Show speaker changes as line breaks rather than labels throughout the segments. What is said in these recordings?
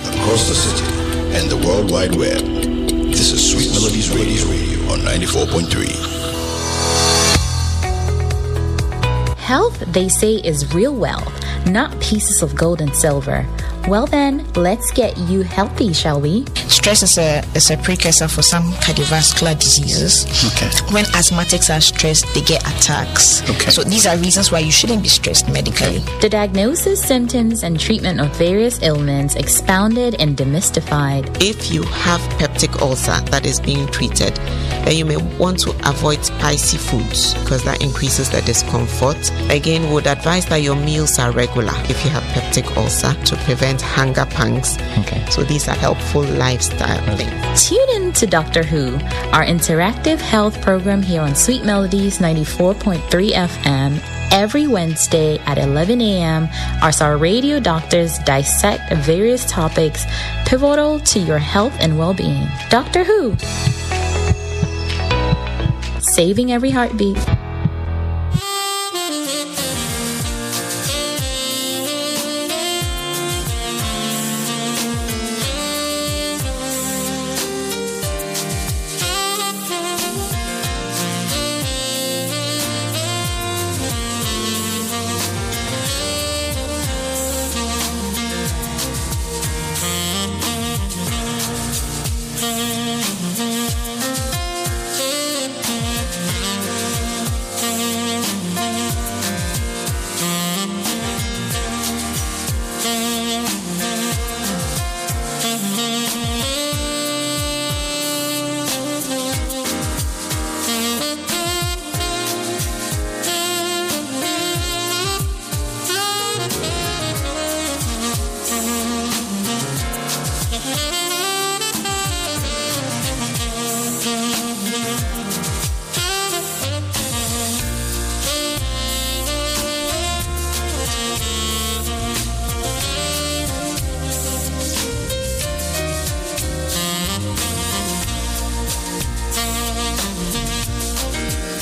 across the city and the World Wide Web. This is Sweet Melodies Radio, Radio on 94.3.
Health, they say, is real wealth, not pieces of gold and silver. Well, then, let's get you healthy, shall we?
Stress is a is a precursor for some cardiovascular diseases.
Okay.
When asthmatics are stressed, they get attacks.
Okay.
So these are reasons why you shouldn't be stressed medically.
The diagnosis, symptoms, and treatment of various ailments expounded and demystified.
If you have peptic ulcer that is being treated, then you may want to avoid spicy foods because that increases the discomfort. Again, would advise that your meals are regular if you have peptic ulcer to prevent hunger pangs.
Okay.
So these are helpful lifestyle things.
Tune in to Doctor Who, our interactive health program here on Sweet Melodies 94.3 FM. Every Wednesday at 11 a.m., as our radio doctors dissect various topics pivotal to your health and well being. Doctor Who, saving every heartbeat.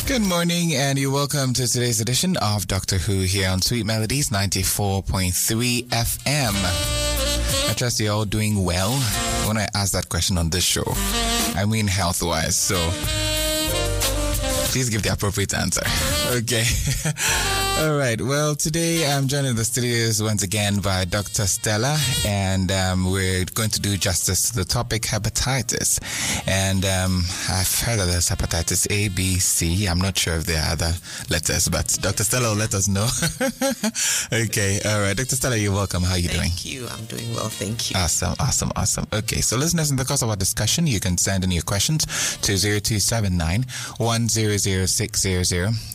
Good morning, and you're welcome to today's edition of Doctor Who here on Sweet Melodies 94.3 FM. I trust you're all doing well. When I ask that question on this show, I mean health wise, so please give the appropriate answer. Okay. all right. Well, today I'm joined in the studios once again by Dr. Stella, and um, we're going to do justice to the topic hepatitis. And um, I've heard that there's hepatitis A, B, C. I'm not sure if there are other letters, but Dr. Stella will let us know. okay. All right. Dr. Stella, you're welcome. How are you doing?
Thank you. I'm doing well. Thank you.
Awesome, awesome, awesome. Okay, so listeners, in the course of our discussion, you can send in your questions to 0279 100600.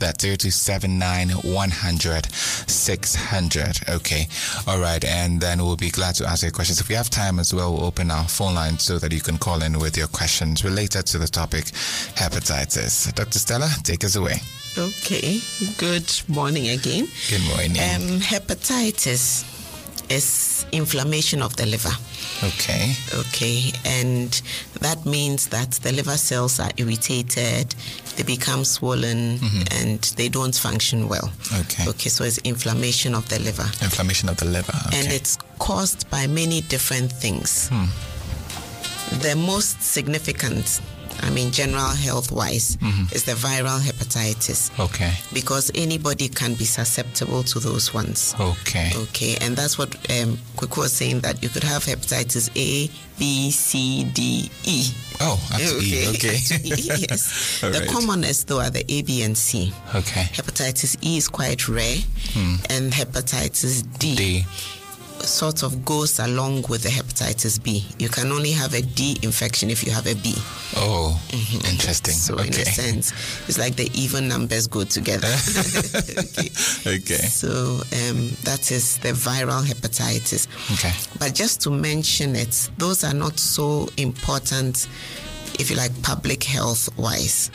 That's 0279 100 600. Okay, all right, and then we'll be glad to answer your questions. If we have time as well, we'll open our phone line so that you can call in with your questions related to the topic hepatitis. Dr. Stella, take us away.
Okay. Good morning again.
Good morning.
Um, hepatitis is inflammation of the liver.
okay,
Okay, and that means that the liver cells are irritated, they become swollen, and they don't function well.
Mm-hmm. okay.
Okay, so it's inflammation of the liver,
Inflammation of the liver. Okay. Hmm.
and it's caused by many different things. The most significant, I mean, general health wise,
Mm-hmm.
is the viral hepatitis
okay,
because anybody can be susceptible to those ones.
okay.
Okay, and that's what um, Kweku was saying that you could have hepatitis A, B, C, D, E.
Oh, up to E, okay.
Up to E, yes.
All
the
right.
commonest though are the A, B, and C.
Okay.
Hepatitis E is quite rare, and hepatitis D,
Hmm. D.
sort of goes along with the hepatitis B. You can only have a D infection if you have a B.
Oh, interesting.
Mm-hmm. So in a
okay.
sense, it's like the even numbers go together. okay.
Okay.
So um, that is the viral hepatitis.
Okay.
But just to mention it, those are not so important, if you like, public health wise.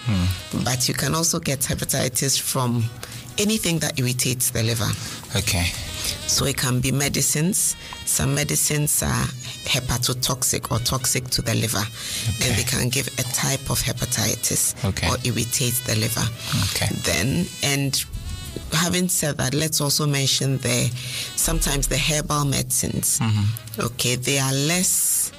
But you can also get hepatitis from anything that irritates the liver.
Okay.
So it can be medicines. Some medicines are hepatotoxic or toxic to the liver, and they can give a type of hepatitis
Okay.
or irritate the liver.
Okay.
Then and having said that, let's also mention the sometimes the herbal medicines.
Mm-hmm.
Okay, they are less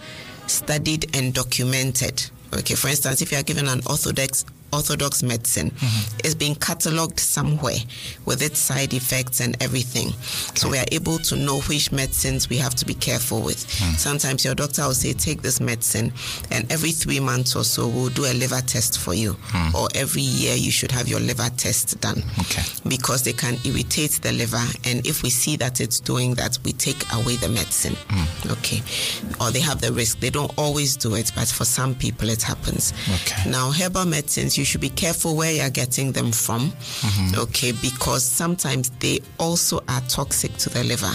studied and documented. Okay, for instance, if you are given an orthodox orthodox medicine, it's been catalogued somewhere with its side effects and everything. So we are able to know which medicines we have to be careful with. Sometimes your doctor will say, take this medicine, and every three months or so, we'll do a liver test for you, or every year you should have your liver test done
Okay.
because they can irritate the liver. And if we see that it's doing that, we take away the medicine. Okay. Or they have the risk. They don't always do it, but for some people it happens.
Okay.
Now, herbal medicines, you should be careful where you're getting them from. Okay. Because sometimes they also are toxic to the liver,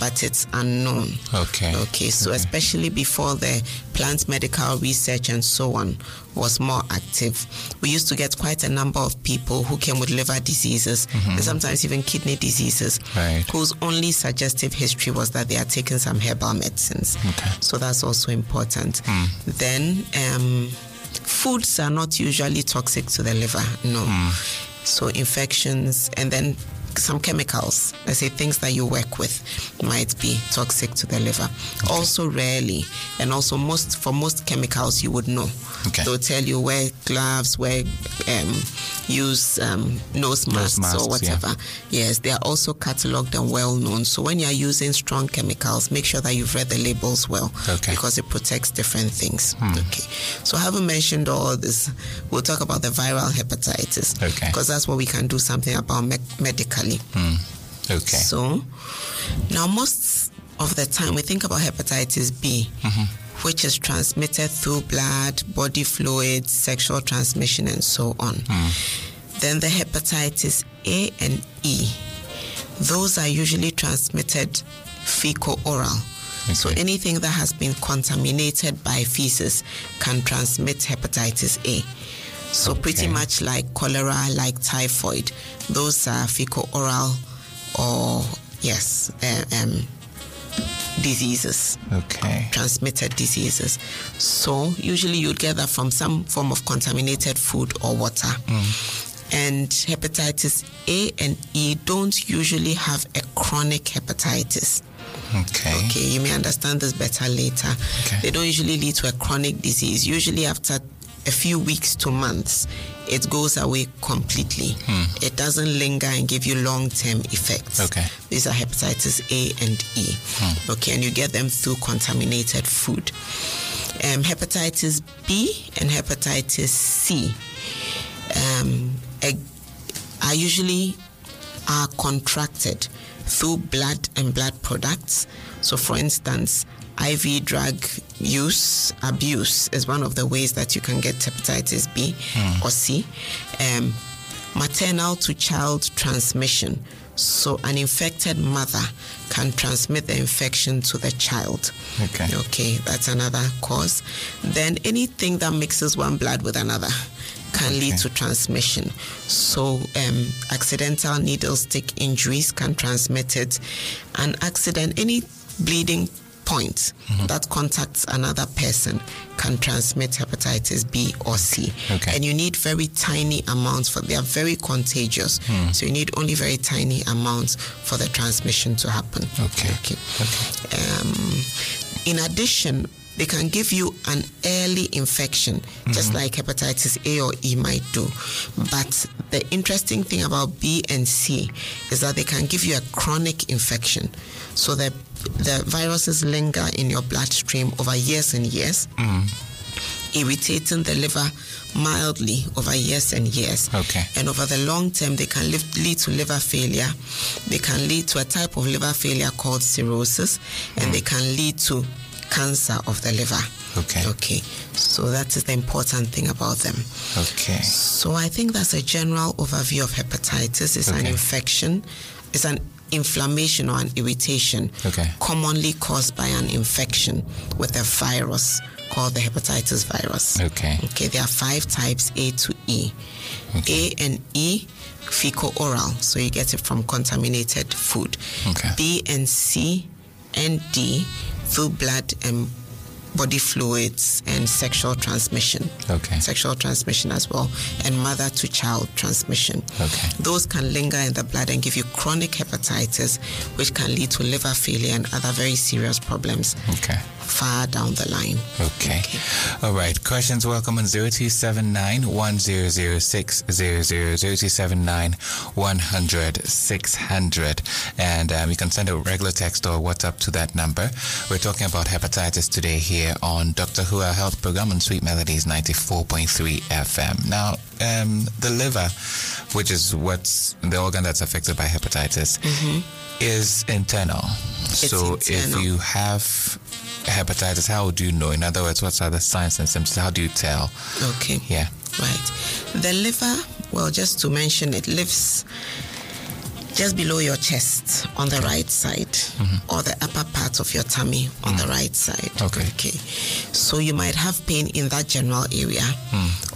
but it's unknown.
Okay.
Okay, so especially before the plant medical research and so on was more active, we used to get quite a number of people who came with liver diseases and sometimes even kidney diseases,
Mm-hmm. Right.
whose only suggestive history was that they are taking some herbal medicines.
Okay. Hmm.
So that's also important. Then, um, foods are not usually toxic to the liver, no.
Hmm.
So, infections and then some chemicals, let's say things that you work with, might be toxic to the liver. Also, rarely, and also most for most chemicals, you would know.
Okay.
They'll tell you wear gloves, wear, um, use um, nose masks,
masks,
or
yeah.
whatever. Yes, they are also catalogued and well known. So when you are using strong chemicals, make sure that you've read the labels well
Okay. Hmm.
because it protects different things. Okay. So having mentioned all this, we'll talk about the viral hepatitis
Okay.
because that's what we can do something about me- medically.
Okay.
So now most of the time we think about hepatitis B. Which is transmitted through blood, body fluids, sexual transmission, and so on. Then the hepatitis A and E, those are usually transmitted fecal oral. So
Okay.
anything that has been contaminated by feces can transmit hepatitis A. So pretty
Okay.
much like cholera, like typhoid, those are fecal oral or yes, uh, um, diseases
okay.
transmitted diseases. So usually you'd get that from some form of contaminated food or water.
Mm.
And hepatitis A and E don't usually have a chronic hepatitis.
Okay.
Okay, you may understand this better later.
Okay.
They don't usually lead to a chronic disease. Usually, after a few weeks to months, it goes away completely. It doesn't linger and give you long term effects.
Hmm. Okay. Hmm.
These are hepatitis A and E. Okay, and you get them through contaminated food. Um, hepatitis B and hepatitis C um, ag- are usually are contracted through blood and blood products. So, for instance, IV drug use abuse is one of the ways that you can get hepatitis B or C. Um, maternal to child transmission. So, an infected mother can transmit the infection to the child.
Okay.
Okay, that's another cause. Then anything that mixes one blood with another can lead to transmission. So, um, accidental needle stick injuries can transmit it. An accident, any bleeding point that contacts another person can transmit hepatitis B or C.
Okay.
And you need very tiny amounts for they are very contagious. So you need only very tiny amounts for the transmission to happen.
Okay.
Um, in addition, they can give you an early infection,
Mm-hmm.
just like hepatitis A or E might do. But the interesting thing about B and C is that they can give you a chronic infection. So the, the viruses linger in your bloodstream over years and years
Mm.
irritating the liver mildly over years and years.
Okay.
And over the long term, they can live, lead to liver failure. They can lead to a type of liver failure called cirrhosis, and they can lead to cancer of the liver.
Okay.
Okay. So that is the important thing about them.
Okay.
So I think that's a general overview of hepatitis. It's an
Okay.
infection. It's an inflammation or an irritation
Okay.
commonly caused by an infection with a virus called the hepatitis virus.
Okay.
Okay, there are five types A to E. A and E, fecal oral, so you get it from contaminated food.
Okay.
B and C and D, through blood and body fluids, and sexual transmission.
Okay.
Sexual transmission as well, and mother to child transmission.
Okay.
Those can linger in the blood and give you chronic hepatitis, which can lead to liver failure and other very serious problems
Okay.
far down the line.
Okay. All right. Questions welcome on 0279 1006 00 0279 100 600. And um, you can send a regular text or WhatsApp to that number. We're talking about hepatitis today here on Dr. Who Our Health Program on Sweet Melodies 94.3 FM. Now, um, the liver, which is what's the organ that's affected by hepatitis, is internal. so
Mm-hmm. internal.
if you have hepatitis, how do you know? In other words, what are the signs and symptoms? How do you tell?
Okay.
Yeah.
Right. The liver, well, just to mention, it lives just below your chest on the right side or the upper part of your tummy on the right side.
Okay.
Okay. So you might have pain in that general area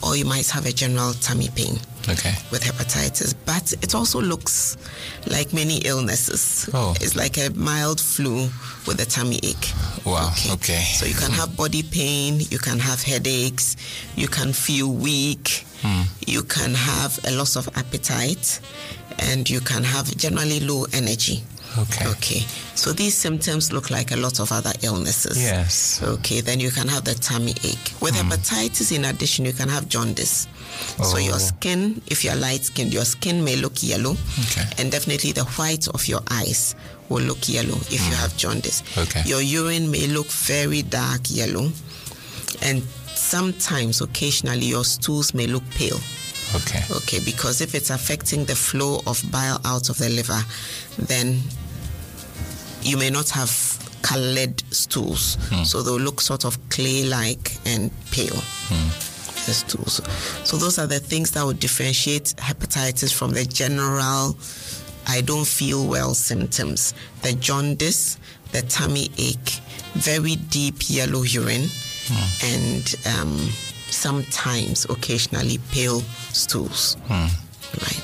or you might have a general tummy pain
Okay.
with hepatitis, but it also looks like many illnesses.
Oh.
It's like a mild flu with a tummy ache.
Wow. Okay.
So you can have body pain, you can have headaches, you can feel weak,
Hmm.
you can have a loss of appetite, and you can have generally low energy.
Okay.
Okay. So these symptoms look like a lot of other illnesses.
Yes. Hmm.
Okay, then you can have the tummy ache. With hepatitis, in addition, you can have jaundice. So
Oh.
your skin, if you're light skinned, your skin may look yellow.
Okay.
And definitely the white of your eyes will look yellow if you have jaundice.
Hmm. Okay.
Your urine may look very dark yellow. And sometimes, occasionally, your stools may look pale.
Okay.
Okay, because if it's affecting the flow of bile out of the liver, then you may not have colored stools. So they'll look sort of clay like and pale. The stools. So those are the things that would differentiate hepatitis from the general I don't feel well symptoms. The jaundice, the tummy ache, very deep yellow urine, and um, sometimes occasionally pale stools. Right.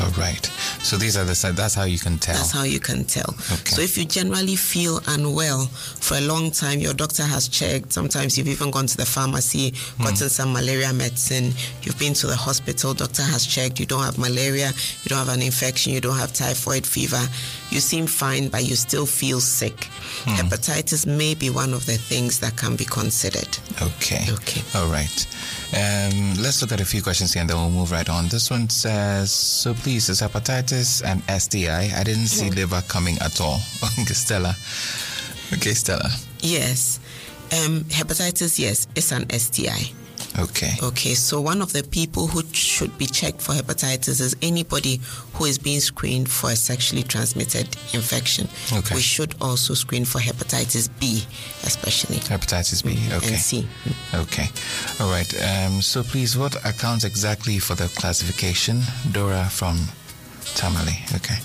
All right. So these are the signs. That's how you can tell.
That's how you can tell.
Okay.
So if you generally feel unwell for a long time, your doctor has checked. Sometimes you've even gone to the pharmacy, gotten some malaria medicine. You've been to the hospital, doctor has checked. You don't have malaria, you don't have an infection, you don't have typhoid fever. You seem fine, but you still feel sick. Hepatitis may be one of the things that can be considered.
Okay.
Okay.
All right. Um, let's look at a few questions here and then we'll move right on. This one says, so please, is hepatitis and STI? I didn't see liver coming at all. Okay, Stella. Okay, Stella.
Yes. Um, hepatitis, yes, it's an STI.
Okay.
Okay, so one of the people who should be checked for hepatitis is anybody who is being screened for a sexually transmitted infection.
Okay.
We should also screen for hepatitis B, especially.
Hepatitis B. Okay.
And C.
Okay. All right. Um, so please, what accounts exactly for the classification? Dora from Tamale. Okay.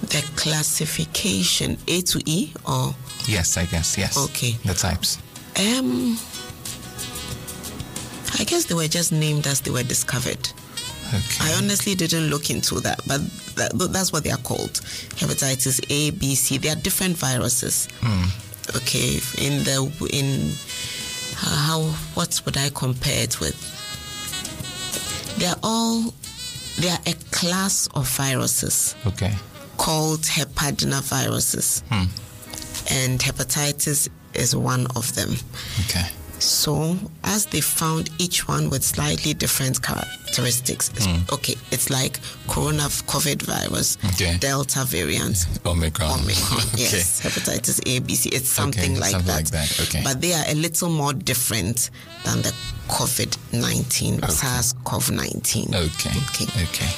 The classification A to E or
Yes, I guess. Yes.
Okay.
The types.
um I guess they were just named as they were discovered.
Okay.
I honestly didn't look into that, but that, that's what they are called hepatitis A, B, C. They are different viruses. Okay, in the in uh, how what would I compare it with? They are all they are a class of viruses
Okay.
called hepadinaviruses, and hepatitis is one of them.
Okay.
So, as they found each one with slightly different characteristics, it's,
Hmm.
okay, it's like corona COVID virus,
Okay.
Delta variant,
Omicron.
Omicron,
okay.
yes, hepatitis A, B, C, it's something, like,
something
that.
like that, okay.
But they are a little more different than the COVID 19, SARS CoV 19. Okay.
Okay. Okay.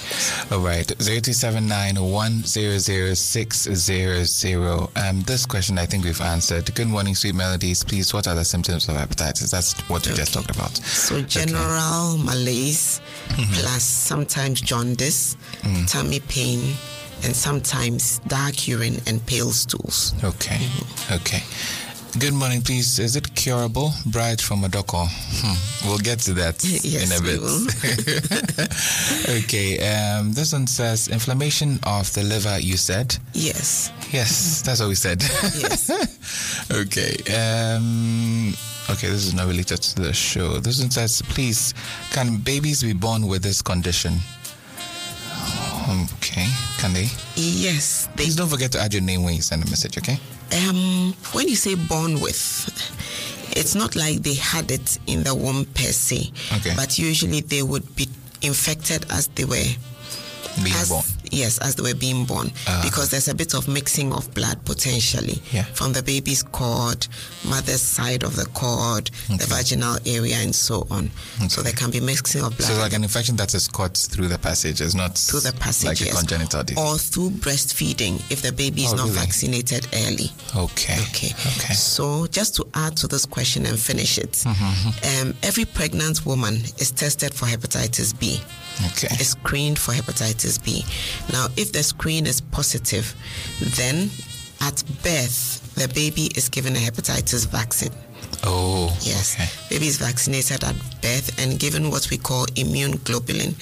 All right. 0279-100600. Um, this question I think we've answered. Good morning, sweet melodies. Please, what are the symptoms of hepatitis? That's what we just
Okay.
talked about.
So general malaise,
Mm-hmm.
plus sometimes jaundice,
Mm.
tummy pain, and sometimes dark urine and pale stools.
Okay. Okay. Good morning, please. Is it curable? Bright from Adoko. Hmm. We'll get to that
Yes,
in a
we
bit.
will.
okay, um, this one says inflammation of the liver, you said.
Yes.
Yes, that's what we said.
Mm-hmm. Yes.
okay. Um, okay, this is not related to the show. This one says, please, can babies be born with this condition? Okay, can they?
Yes. They,
Please don't forget to add your name when you send a message, okay?
um, when you say born with, it's not like they had it in the womb per se.
Okay.
But usually they would be infected as they were
Being
as,
born.
Yes, as they were being born.
Ah.
because there's a bit of mixing of blood potentially
Yeah.
from the baby's cord, mother's side of the cord, the vaginal area, and so on. So there can be mixing of blood.
So it's like an infection that is caught through the passage, it's not
through the
like
passages
a congenital disease.
or through breastfeeding if the baby is
Oh,
not
really?
vaccinated early.
Okay.
Okay.
Okay. Mm-hmm,
So just to add to this question and finish it, um, every pregnant woman is tested for hepatitis B
Okay.
is screened for hepatitis B. Now, if the screen is positive, then at birth, the baby is given a hepatitis vaccine.
Oh.
Yes.
Okay.
Baby is vaccinated at birth and given what we call immune globulin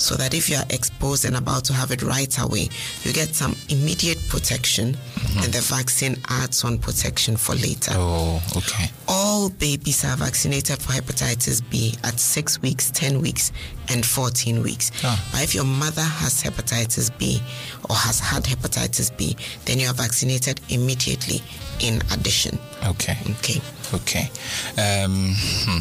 so that if you are exposed and about to have it right away, you get some immediate protection
Mm-hmm.
and the vaccine adds on protection for later.
Oh. Okay.
All babies are vaccinated for hepatitis B at 6 weeks, 10 weeks, and 14 weeks.
Ah.
But if your mother has hepatitis B or has had hepatitis B, then you are vaccinated immediately in addition.
Okay.
Okay.
Okay. Um, hmm.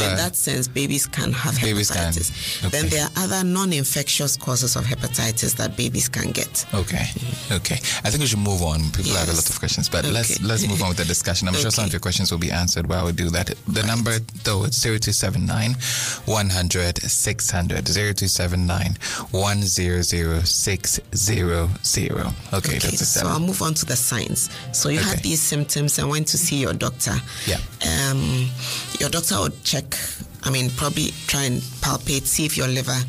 So, in
are-
that sense, babies can have
Babies can.
hepatitis.
Okay.
Then there are other non infectious causes of hepatitis that babies can get.
Okay. Okay. I think we should move on. People have a
Yes.
lot of questions, but let's
Okay.
let's move on with the discussion. I'm sure some of
Okay.
your questions will be answered while we do that. The number though it's 0279 100 600 0279 100 600. Okay,
Okay,
that's the
so I'll
seven.
move on to the signs. So you had
Okay.
these symptoms and went to see your doctor.
Yeah.
Um, your doctor would check. I mean, probably try and palpate, see if your liver.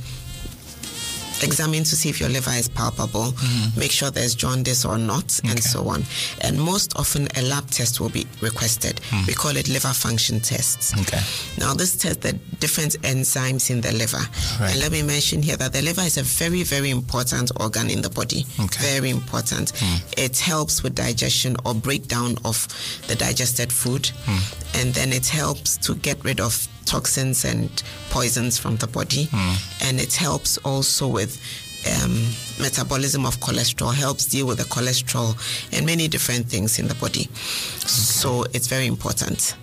Examine to see if your liver is palpable.
Mm-hmm.
Make sure there's jaundice or not, and so on. And most often, a lab test will be requested. We call it liver function tests.
Hmm. Okay.
Now, this tests the different enzymes in the liver.
Right.
And let me mention here that the liver is a very, very important organ in the body.
Okay.
Very important. It helps with digestion or breakdown of the digested food. And then it helps to get rid of toxins and poisons from the body. And it helps also with. Um, metabolism of cholesterol helps deal with the cholesterol and many different things in the body. So it's very important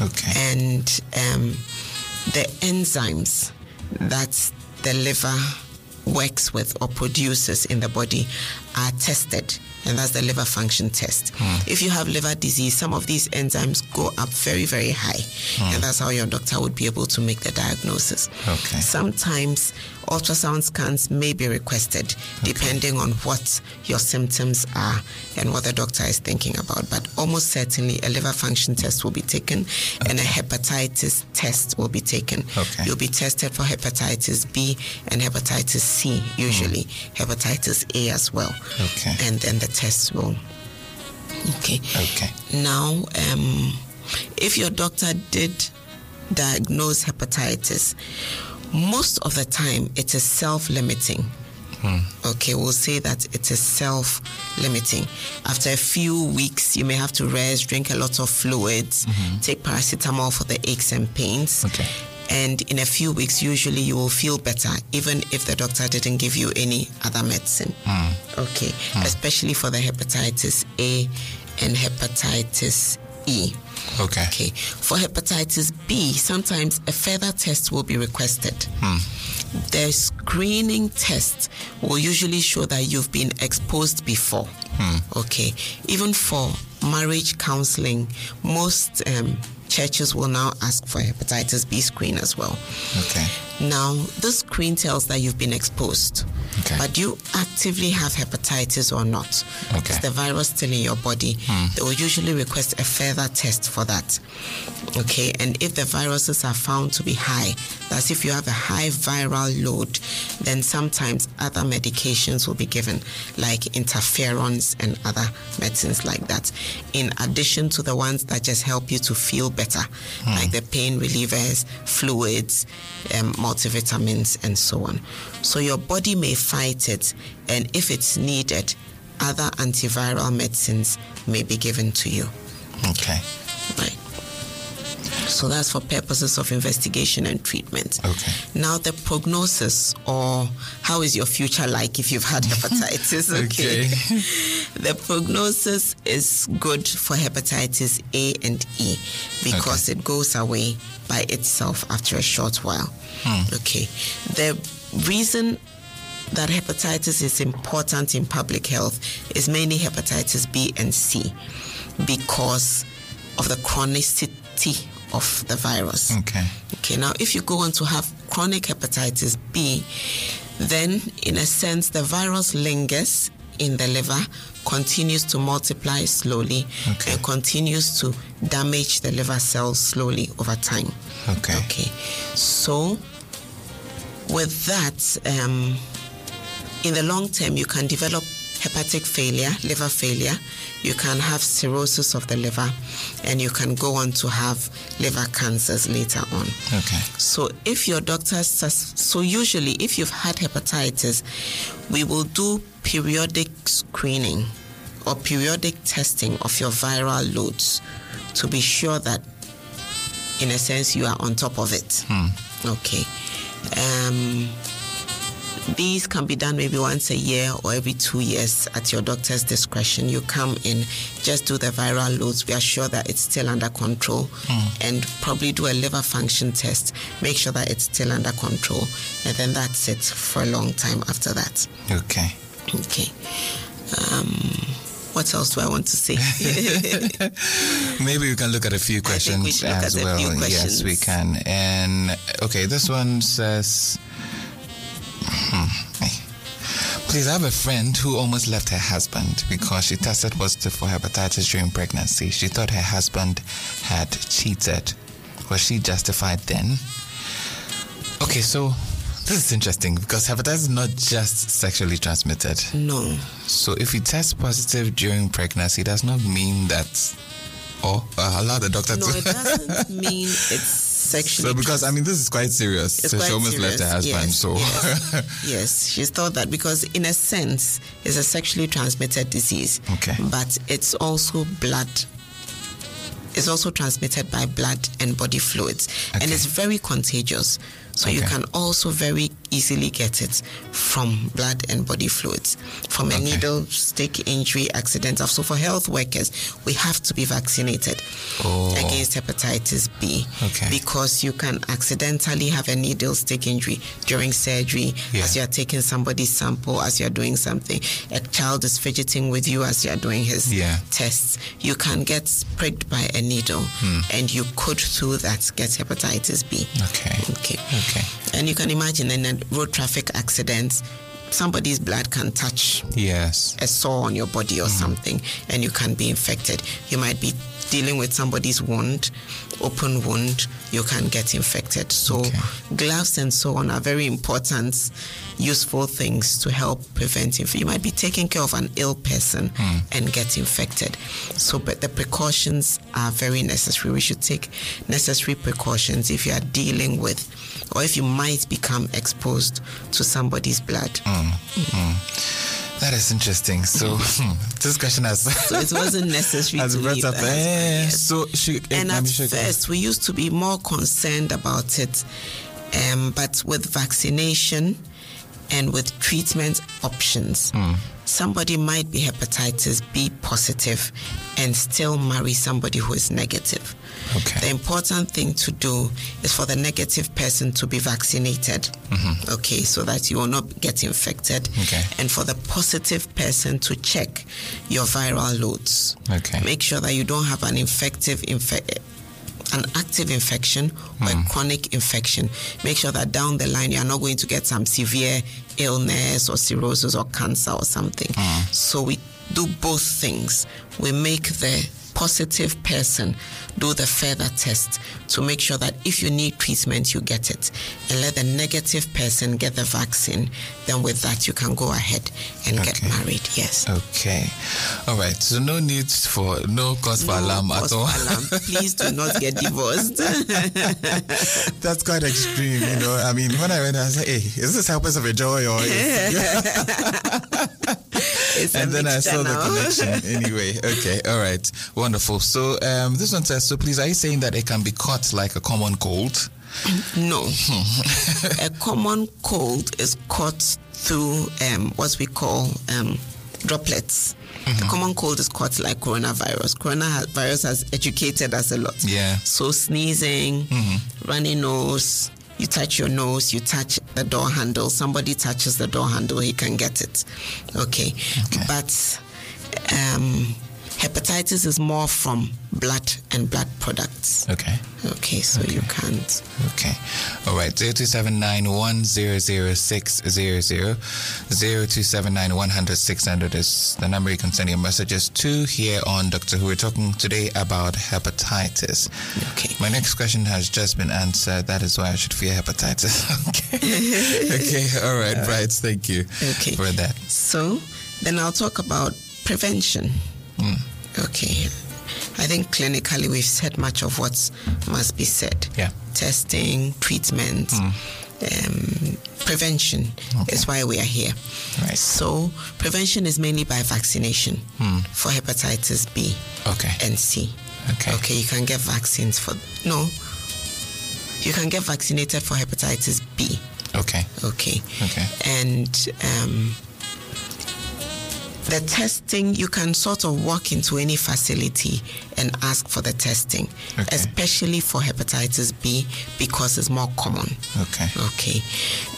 Okay.
and um, the enzymes that the liver works with or produces in the body are tested and that's the liver function test
Hmm.
if you have liver disease some of these enzymes go up very very high
Hmm.
and that's how your doctor would be able to make the diagnosis
Okay.
sometimes ultrasound scans may be requested depending on what your symptoms are and what the doctor is thinking about but almost certainly a liver function test will be taken and a hepatitis test will be taken
Okay.
you'll be tested for hepatitis b and hepatitis c usually hepatitis a as well
Hmm. Okay.
and then the test will okay
Okay.
now, um, if your doctor did diagnose hepatitis, most of the time it is self limiting. Okay, we'll say that it is self limiting. After a few weeks, you may have to rest, drink a lot of fluids, take paracetamol for the aches and pains.
Okay.
And in a few weeks, usually you will feel better, even if the doctor didn't give you any other medicine. Okay, especially for the hepatitis A and hepatitis E.
Okay.
Okay, for hepatitis B, sometimes a further test will be requested.
Hmm.
The screening test will usually show that you've been exposed before.
Hmm.
Okay, even for marriage counseling, most um, churches will now ask for hepatitis B screen as well.
Okay.
Now, this screen tells that you've been exposed.
Okay.
But do you actively have hepatitis or not?
Okay. Hmm.
Is the virus still in your body? They will usually request a further test for that. Okay, and if the viruses are found to be high, that's if you have a high viral load, then sometimes other medications will be given, like interferons and other medicines like that, in addition to the ones that just help you to feel better, like the pain relievers, fluids, um, multivitamins, and so on. So your body may fight it, and if it's needed, other antiviral medicines may be given to you.
Okay.
Right. So that's for purposes of investigation and treatment.
Okay.
Now the prognosis or how is your future like if you've had hepatitis?
Okay.
the prognosis is good for hepatitis A and E because it goes away by itself after a short while. Okay. The reason that hepatitis is important in public health is mainly hepatitis B and C because of the chronicity of the virus.
Okay.
Okay, now if you go on to have chronic hepatitis B, then in a sense the virus lingers in the liver, continues to multiply slowly,
Okay.
and continues to damage the liver cells slowly over time.
Okay.
Okay, so with that, um, in the long term, you can develop hepatic failure, liver failure. You can have cirrhosis of the liver, and you can go on to have liver cancers later on.
Okay.
So, if your doctor sus- so usually if you've had hepatitis, we will do periodic screening or periodic testing of your viral loads to be sure that, in a sense, you are on top of it. Okay. Um, these can be done maybe once a year or every two years at your doctor's discretion. You come in, just do the viral loads. We are sure that it's still under control and probably do a liver function test. Make sure that it's still under control. And then that's it for a long time after that.
Okay.
Okay. Um, what else do I want to say?
Maybe we can look at a few questions
we should look
as
at a
well.
few
Yes, we
questions.
can. And okay, this one says. Hmm. Please, I have a friend who almost left her husband because she tested positive for hepatitis during pregnancy. She thought her husband had cheated. Was she justified then? Okay, so this is interesting because hepatitis is not just sexually transmitted.
no.
So if you test positive during pregnancy, does not mean that, or uh, allow the doctor
No,
to.
it doesn't mean it's sexually.
so because I mean, this is quite serious.
It's
so
quite
she almost left her
serious.
husband.
Yes,
so
yes, yes, she's thought that because in a sense it's a sexually transmitted disease.
Okay.
But it's also blood. It's also transmitted by blood and body fluids, and
Okay.
it's very contagious. So you
Okay.
can also very easily get it from blood and body fluids, from a
Okay.
needle, stick injury, accident. So for health workers, we have to be vaccinated
Oh.
against hepatitis B
Okay.
because you can accidentally have a needle stick injury during surgery
Yeah.
as you are taking somebody's sample as you are doing something a child is fidgeting with you as you are doing his
Yeah.
tests you can get pricked by a needle
Hmm.
and you could through that get hepatitis b
okay,
okay
okay,
and you can imagine in a road traffic accident somebody's blood can touch
yes,
a sore on your body or something and you can be infected. You might be dealing with somebody's wound, open wound, you can get infected. So
Okay.
gloves and so on are very important, useful things to help prevent inf- you might be taking care of an ill person and get infected. So but the precautions are very necessary. We should take necessary precautions if you are dealing with or if you might become exposed to somebody's blood.
that is interesting. So hmm, this question has
So it wasn't necessary
has
to leave
brought up.
the husband,
Eh,
yes.
so she
And
I'm
at
sure-
first, we used to be more concerned about it, um, but with vaccination and with treatment options,
Hmm.
somebody might be hepatitis B positive and still marry somebody who is negative.
Okay.
The important thing to do is for the negative person to be vaccinated, okay, so that you will not get infected,
Mm-hmm. Okay.
and for the positive person to check your viral loads
Okay.
make sure that you don't have an infective infe- an active infection or
Hmm.
a chronic infection. Make sure that down the line you are not going to get some severe illness or cirrhosis or cancer or something.
Hmm.
So we do both things. We make the positive person do the further test to make sure that if you need treatment, you get it. And let the negative person get the vaccine. Then with that, you can go ahead and get
Okay.
married. Yes.
Okay. All right. So no need for no cause for
No
alarm at
cause
all.
for alarm. Please do not get divorced.
That's quite extreme, you know. I mean, when I went, I was like, "Hey, is this helpers of a joy or?" Is
It's a
and then I
mixture
saw
now.
the connection. Anyway, okay, all right, wonderful. So um, this one says, "So please, are you saying that it can be caught like a common cold?"
No. a common cold is caught through um, what we call um, droplets. The common cold is caught like coronavirus. Coronavirus has educated us a lot.
Yeah.
So sneezing, runny nose, you touch your nose, you touch the door handle, somebody touches the door handle, he can get it. Okay. But um, hepatitis is more from blood and blood products.
Okay.
Uh, Okay, so you can't.
Okay. All right. 0279-100-600. 0279-100-600 is the number you can send your messages to here on Doctor Who. We're talking today about hepatitis.
Okay.
My next question has just been answered. That is why I should fear hepatitis. okay. okay. All right. Right. Thank you
Okay.
for that.
So then I'll talk about prevention.
Hmm.
Okay. I think clinically we've said much of what must be said.
Yeah. Hmm.
Testing, treatment, um, prevention is why we are here.
Right.
So prevention is mainly by vaccination
Hmm.
for hepatitis B
Okay.
and C.
Okay.
Okay, you can get vaccines for no. You can get vaccinated for hepatitis B.
Okay.
Okay
Okay.
and um, the testing you can sort of walk into any facility and ask for the testing
Okay.
especially for hepatitis b because it's more common
Okay.
okay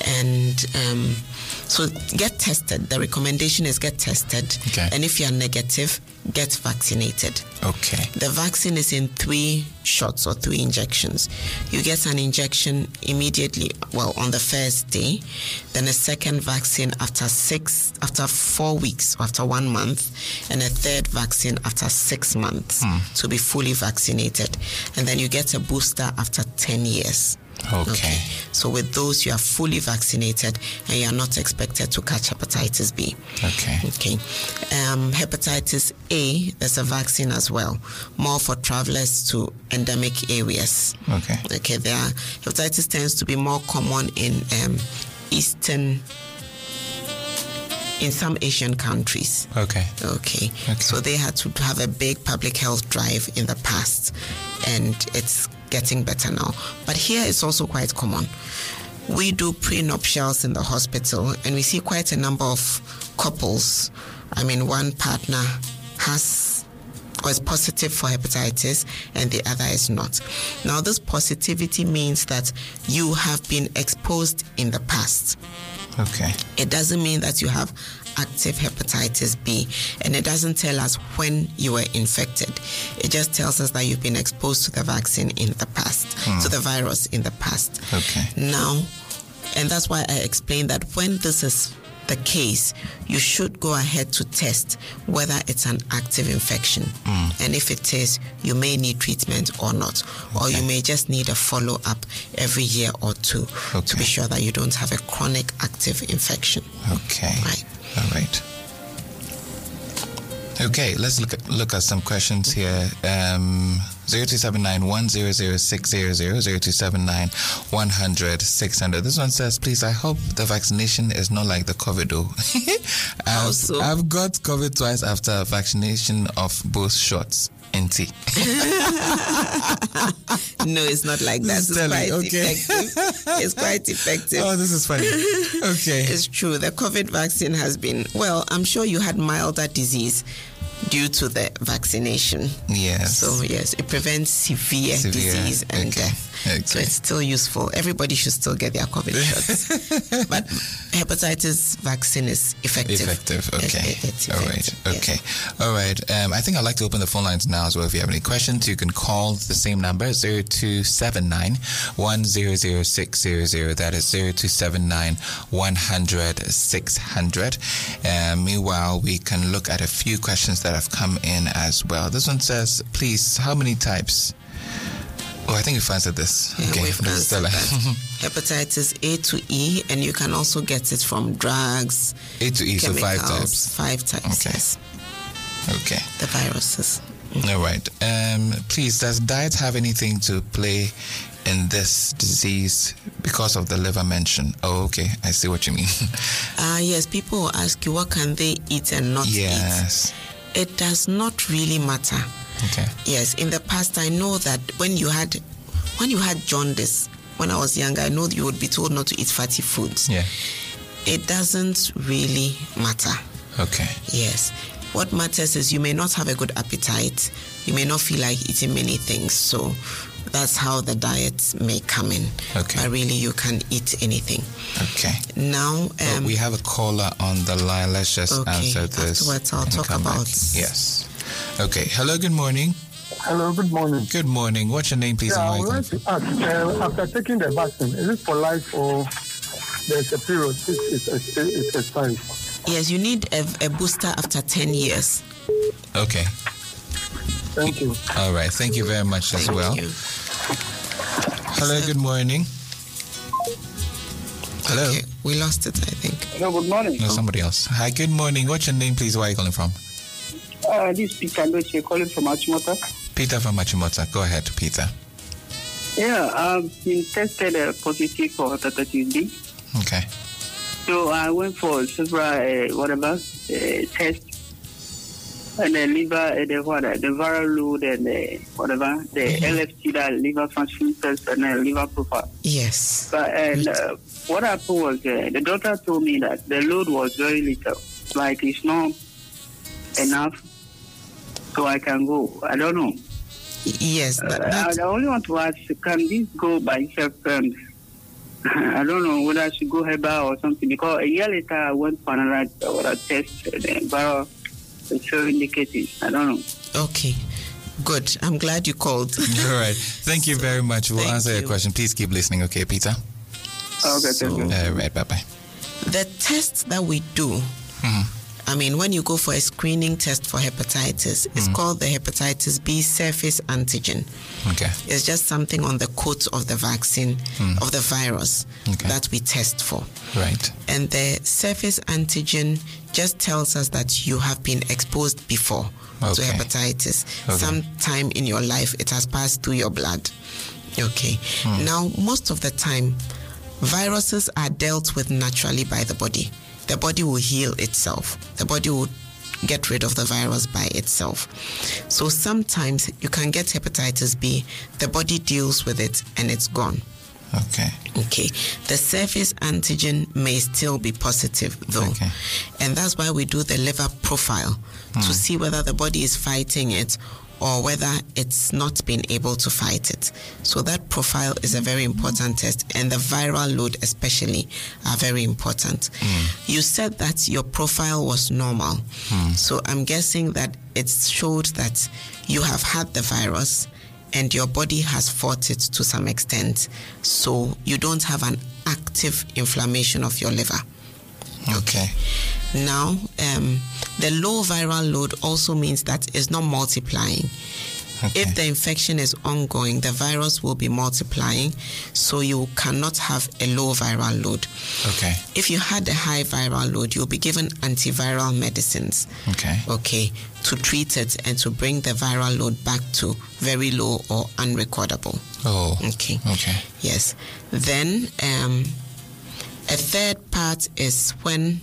and um, so get tested the recommendation is get tested
Okay.
and if you're negative get vaccinated
Okay.
the vaccine is in three shots or three injections. You get an injection immediately, well, on the first day, then a second vaccine after six, after four weeks, or after one month, and a third vaccine after six months to be fully vaccinated. And then you get a booster after 10 years.
Okay.
So with those, you are fully vaccinated and you are not expected to catch hepatitis B.
Okay.
Okay. Um, hepatitis A, there's a vaccine as well, more for travelers to endemic areas.
Okay.
Okay, there are, hepatitis tends to be more common in um, eastern, in some Asian countries.
Okay.
Okay.
Okay.
So they had to have a big public health drive in the past, and it's getting better now. But here it's also quite common. We do prenuptials in the hospital, and we see quite a number of couples. I mean, one partner has or is positive for hepatitis and the other is not. Now, this positivity means that you have been exposed in the past
Okay.
it doesn't mean that you have active hepatitis B and it doesn't tell us when you were infected. It just tells us that you've been exposed to the vaccine in the past, to the virus in the past.
Okay.
Now, and that's why I explained that when this is the case, you should go ahead to test whether it's an active infection.
Mm.
And if it is, you may need treatment or not, or you may just need a follow up every year or two to
Okay.
be sure that you don't have a chronic active infection.
Okay.
Right.
All right. Okay, let's look at, look at some questions here. Um, 0279-100-600, This one says, please, I hope the vaccination is not like the COVID. oh." I've,
so?
I've got COVID twice after vaccination of both shots. NT.
No, it's not like that.
This is
It's
telling,
quite
okay.
effective. It's quite effective.
Oh, this is funny. Okay.
It's true. The COVID vaccine has been, well, I'm sure you had milder disease, due to the vaccination.
Yes.
So yes, it prevents severe,
Severe,
disease and
okay,
death. So
okay.
it's still useful. Everybody should still get their COVID shots. but hepatitis vaccine is effective.
Effective.
It-
Okay.
it- it's
All right.
effective, yes.
Okay. All right. Um, I think I'd like to open the phone lines now as well. If you have any questions, you can call the same number 0279 100600. That is 0279 100 600. Um, meanwhile, we can look at a few questions that have come in as well. This one says, please, how many types? Oh, I think we've answered this.
Yeah, we've
this is
answered
Stella.
that. Hepatitis A to E, and you can also get it from drugs,
A to E, so
chemicals, five
five types.
types,
Okay.
yes,
Okay.
the viruses.
All right. Um, please, does diet have anything to play in this disease because of the liver mention? Oh, okay. I see what you mean.
Ah, yes, people will ask you what can they eat and not
yes.
eat. It does not really matter.
Okay.
Yes, in the past I know that when you had when you had jaundice, when I was younger, I know you would be told not to eat fatty foods.
Yeah.
It doesn't really matter.
Okay.
Yes. What matters is you may not have a good appetite. You may not feel like eating many things. So that's how the diet may come in.
Okay.
But really, you can eat anything.
Okay.
Now,
But
um,
we have a caller on the line. Let's just
Okay.
answer this.
Afterwards, I'll
and
talk
come back.
about-
Yes. Okay. Hello. Good morning.
Hello, good morning.
Good morning. What's your name, please?
Yeah,
and
I
where you
would
come
like to ask, uh, after taking the vaccine, is it for life or there's a period, it's, it's, it's, it's a time?
yes, you need a, a booster after 10 years.
from? Okay.
Thank you.
All right. Thank you very much as
Thank
well.
you.
Hello. Good morning. Hello.
Okay, we lost it, I think.
Hello, good morning.
No, somebody else. Oh. Hi. Good morning. What's your name, please? Where are you calling from?
Uh, this is Peter Loche calling from Achimota.
Peter from Machimota. Go ahead, Peter.
Yeah, I've been tested uh, positive for hepatitis B.
Okay.
So I went for several, uh, whatever, uh, tests. And the liver, uh, the, what, uh, the viral load and uh, whatever, the LFT, that liver function test and uh, liver profile.
Yes.
But and uh, what happened was uh, the doctor told me that the load was very little, like it's not enough, so I can go. I don't know.
Y- Yes, but
Uh, I,
that,
I only want to ask, can this go by itself? Um, I don't know whether I should go herbal or something because a year later I went for another uh, test, and the viral it's so indicating. I don't know.
okay. Good. I'm glad you called.
All right. Thank you very much. We'll
Thank
answer your
you.
question. Please keep listening, okay, Peter?
Okay, thank you.
All right. Bye bye.
the tests that we do, I mean, when you go for a screening test for hepatitis, it's called the hepatitis B surface antigen.
Okay.
It's just something on the coat of the vaccine, of the virus
Okay.
that we test for.
Right.
And the surface antigen just tells us that you have been exposed before to
Okay.
hepatitis.
Okay.
Sometime in your life, it has passed through your blood. Okay.
Hmm.
Now, most of the time, viruses are dealt with naturally by the body. The body will heal itself, the body will get rid of the virus by itself. So sometimes you can get hepatitis B, the body deals with it, and it's gone.
Okay.
Okay. The surface antigen may still be positive though.
Okay.
And that's why we do the liver profile to see whether the body is fighting it or whether it's not been able to fight it. So that profile is a very important test and the viral load especially are very important. You said that your profile was normal. So I'm guessing that it showed that you have had the virus and your body has fought it to some extent. So you don't have an active inflammation of your liver.
Okay.
Now, um, the low viral load also means that it's not multiplying.
Okay.
If the infection is ongoing, the virus will be multiplying, so you cannot have a low viral load.
Okay.
If you had a high viral load, you'll be given antiviral medicines
Okay.
okay, to treat it and to bring the viral load back to very low or unrecordable.
Oh.
Okay.
Okay.
Yes. Then um, a third part is when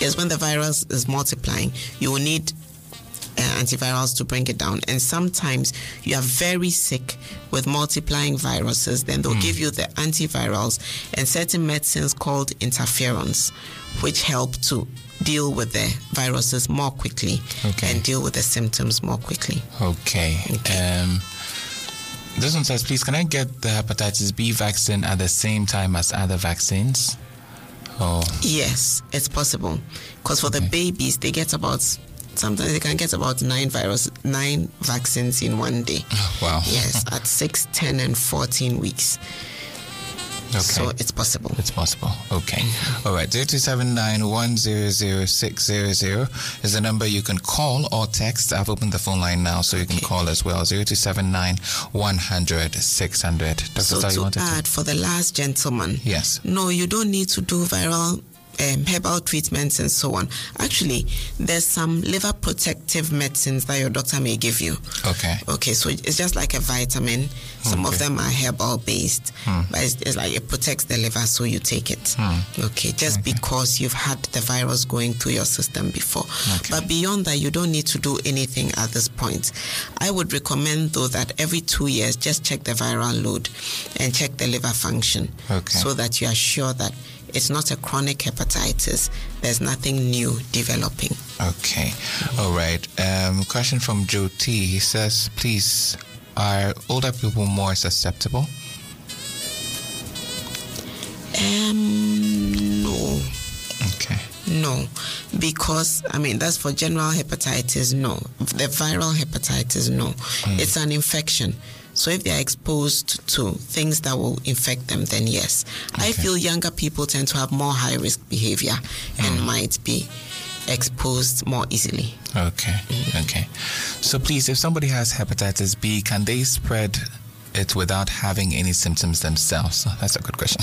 is when the virus is multiplying. You will need uh, antivirals to bring it down. And sometimes you are very sick with multiplying viruses, then they'll give you the antivirals and certain medicines called interferons, which help to deal with the viruses more quickly
Okay.
and deal with the symptoms more quickly.
Okay. Um, this one says, please, can I get the hepatitis B vaccine at the same time as other vaccines? Oh,
Yes, it's possible. Because for the babies, they get about sometimes they can get about nine virus nine vaccines in one day.
wow.
Yes, at 6, 10, and 14 weeks.
Okay.
So it's possible.
It's possible. Okay. All right. 0279-100-600 is the number you can call or text. I've opened the phone line now, so you can call as well. 0279-100-600. Dr.
So
Star, you
to
wanted
add
to?
for the last gentleman,
Yes.
no, you don't need to do viral um, herbal treatments and so on. Actually, there's some liver protective medicines that your doctor may give you.
Okay.
Okay, so it's just like a vitamin. Some of
Okay. Hmm.
them are herbal based, but it's, it's like it protects the liver, so you take it. Okay, just because you've had the virus going through your system before. But beyond that, you don't need to do anything at this point. I would recommend, though, that every two years, just check the viral load and check the liver function
Okay.
so that you are sure that it's not a chronic hepatitis, there's nothing new developing.
Okay. All right. Um, question from Joe T. He says, please, are older people more susceptible?
Um, no.
Okay.
No, because I mean that's for general hepatitis. No, the viral hepatitis. No, it's an infection. So if they are exposed to things that will infect them, then yes. I feel younger people tend to have more high risk behavior and might be exposed more easily.
Okay. Okay. So please, if somebody has hepatitis B, can they spread it without having any symptoms themselves? That's a good question.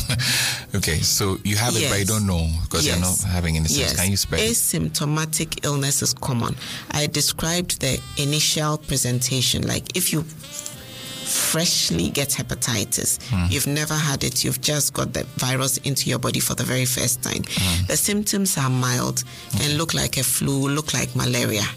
okay. So you have it, but you
Yes.
don't know because you're
Yes.
not having any symptoms. Can you spread it?
Asymptomatic illness is common. I described the initial presentation. Like if you freshly get hepatitis,
Hmm.
you've never had it, you've just got the virus into your body for the very first time.
Hmm.
The symptoms are mild and look like a flu, look like malaria.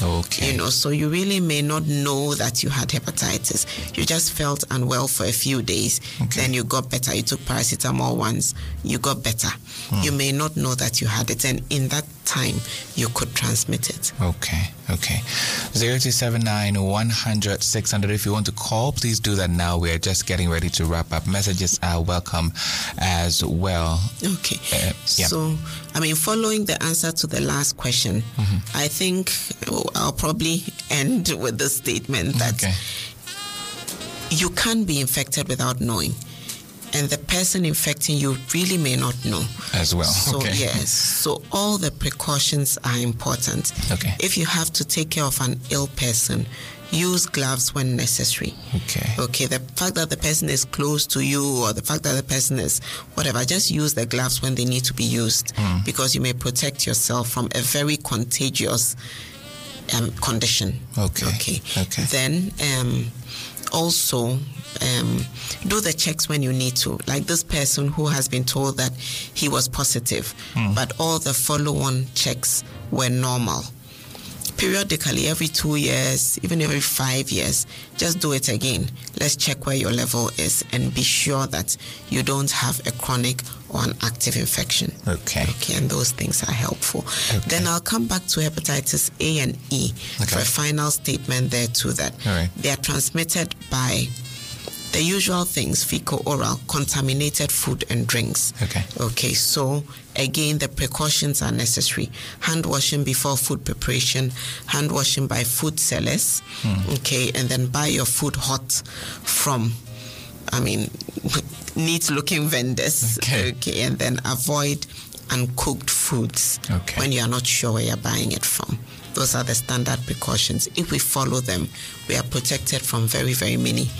Okay.
You know, so you really may not know that you had hepatitis. You just felt unwell for a few days.
Okay.
Then you got better. You took paracetamol once. You got better.
Hmm.
You may not know that you had it. And in that time, you could transmit it.
Okay, okay. 0279 100 600. If you want to call, please do that now. We are just getting ready to wrap up. Messages are welcome as well.
Okay.
Uh, yeah.
So, I mean, following the answer to the last question,
Mm-hmm.
I think oh, I'll probably end with the statement that
Okay.
you can be infected without knowing. And the person infecting you really may not know.
As well.
So,
okay.
yes. So, all the precautions are important.
Okay.
If you have to take care of an ill person, use gloves when necessary.
Okay.
Okay, the fact that the person is close to you or the fact that the person is whatever, just use the gloves when they need to be used
Hmm.
because you may protect yourself from a very contagious um, condition.
Okay,
Okay.
okay.
Then um, also um, do the checks when you need to. Like this person who has been told that he was positive,
Hmm.
but all the follow on checks were normal periodically every two years, even every five years, just do it again. Let's check where your level is and be sure that you don't have a chronic or an active infection.
Okay.
Okay, and those things are helpful. Then I'll come back to hepatitis A and E for
Okay.
a final statement there too that
All right.
they are transmitted by the usual things fecal oral contaminated food and drinks
Okay.
okay so again the precautions are necessary hand washing before food preparation hand washing by food sellers
Hmm.
okay and then buy your food hot from i mean neat looking vendors
Okay.
okay and then avoid uncooked foods
Okay.
when you are not sure where you're buying it from those are the standard precautions if we follow them we are protected from very very many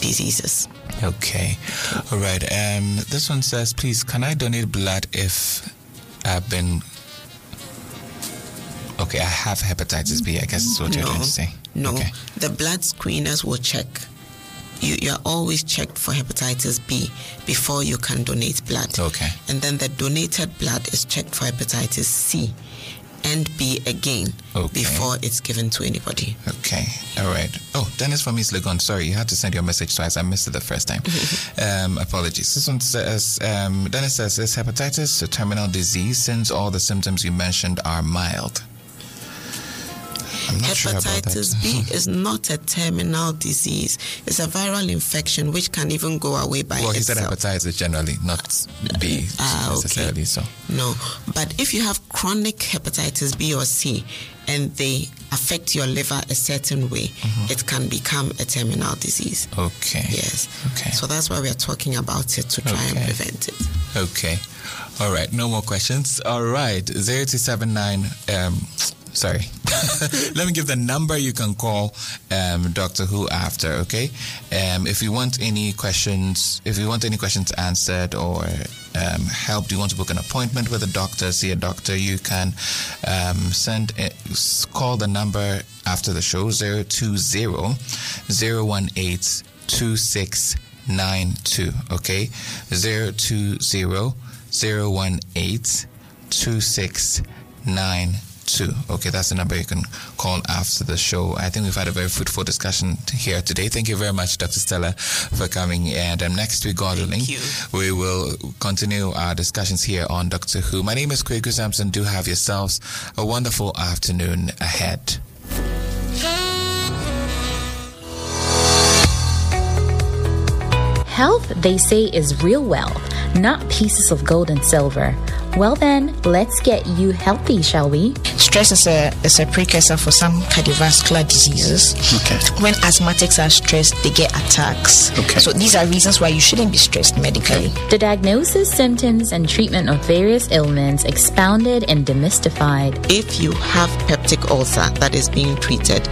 diseases.
Okay. All right. Um, this one says, please, can I donate blood if I've been. Okay, I have hepatitis B, I guess is what you're
no,
going to say.
no.
Okay.
The blood screeners will check. You, you are always checked for hepatitis B before you can donate blood.
Okay.
And then the donated blood is checked for hepatitis C. and B again
Okay.
before it's given to anybody.
Okay. All right. Oh, Dennis from East Legon. Sorry, you had to send your message twice. I missed it the first time. um, apologies. This one says, um, Dennis says, is hepatitis a terminal disease since all the symptoms you mentioned are mild? I'm not sure about that.
Hepatitis B is not a terminal disease. It's a viral infection which can even go away by
Well, he said
itself.
hepatitis generally, not B
Ah, okay.
necessarily. So,
No, but if you have chronic hepatitis B or C and they affect your liver a certain way, it can become a terminal disease.
okay.
Yes.
Okay.
So that's why we are talking about it to try and
Okay.
prevent it.
Okay. All right. No more questions. All right. 0279. Um, sorry. Let me give the number you can call um, Doctor Who after, okay? Um, if you want any questions, if you want any questions answered or um, help, do you want to book an appointment with a doctor, see a doctor, you can um, send a, s- call the number after the show 020 018 2692 okay 020-018-2692 okay that's the number you can call after the show i think we've had a very fruitful discussion here today thank you very much dr stella for coming and um, next week god willing
you.
we will continue our discussions here on doctor who my name is Kweku sampson do have yourselves a wonderful afternoon ahead
Health, they say, is real wealth, not pieces of gold and silver. Well, then, let's get you healthy, shall we?
Stress is a, is a precursor for some cardiovascular diseases.
Okay.
When asthmatics are stressed, they get attacks.
Okay.
So these are reasons why you shouldn't be stressed medically.
The diagnosis, symptoms, and treatment of various ailments expounded and demystified.
If you have peptic ulcer that is being treated,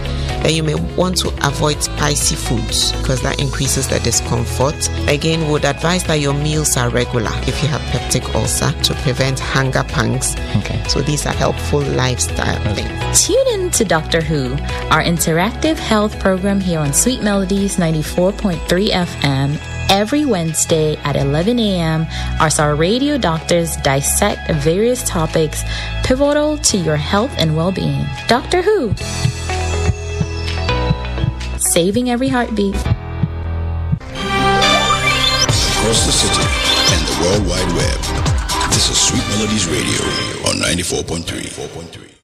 then you may want to avoid spicy foods because that increases the discomfort. Again, would advise that your meals are regular if you have peptic ulcer to prevent hunger pangs. Okay. So these are helpful lifestyle things.
Tune in to Doctor Who, our interactive health program here on Sweet Melodies 94.3 FM every Wednesday at 11 a.m. As our radio doctors dissect various topics pivotal to your health and well being. Doctor Who, saving every heartbeat.
Across the city and the World Wide Web, this is Sweet Melodies Radio on 94.3.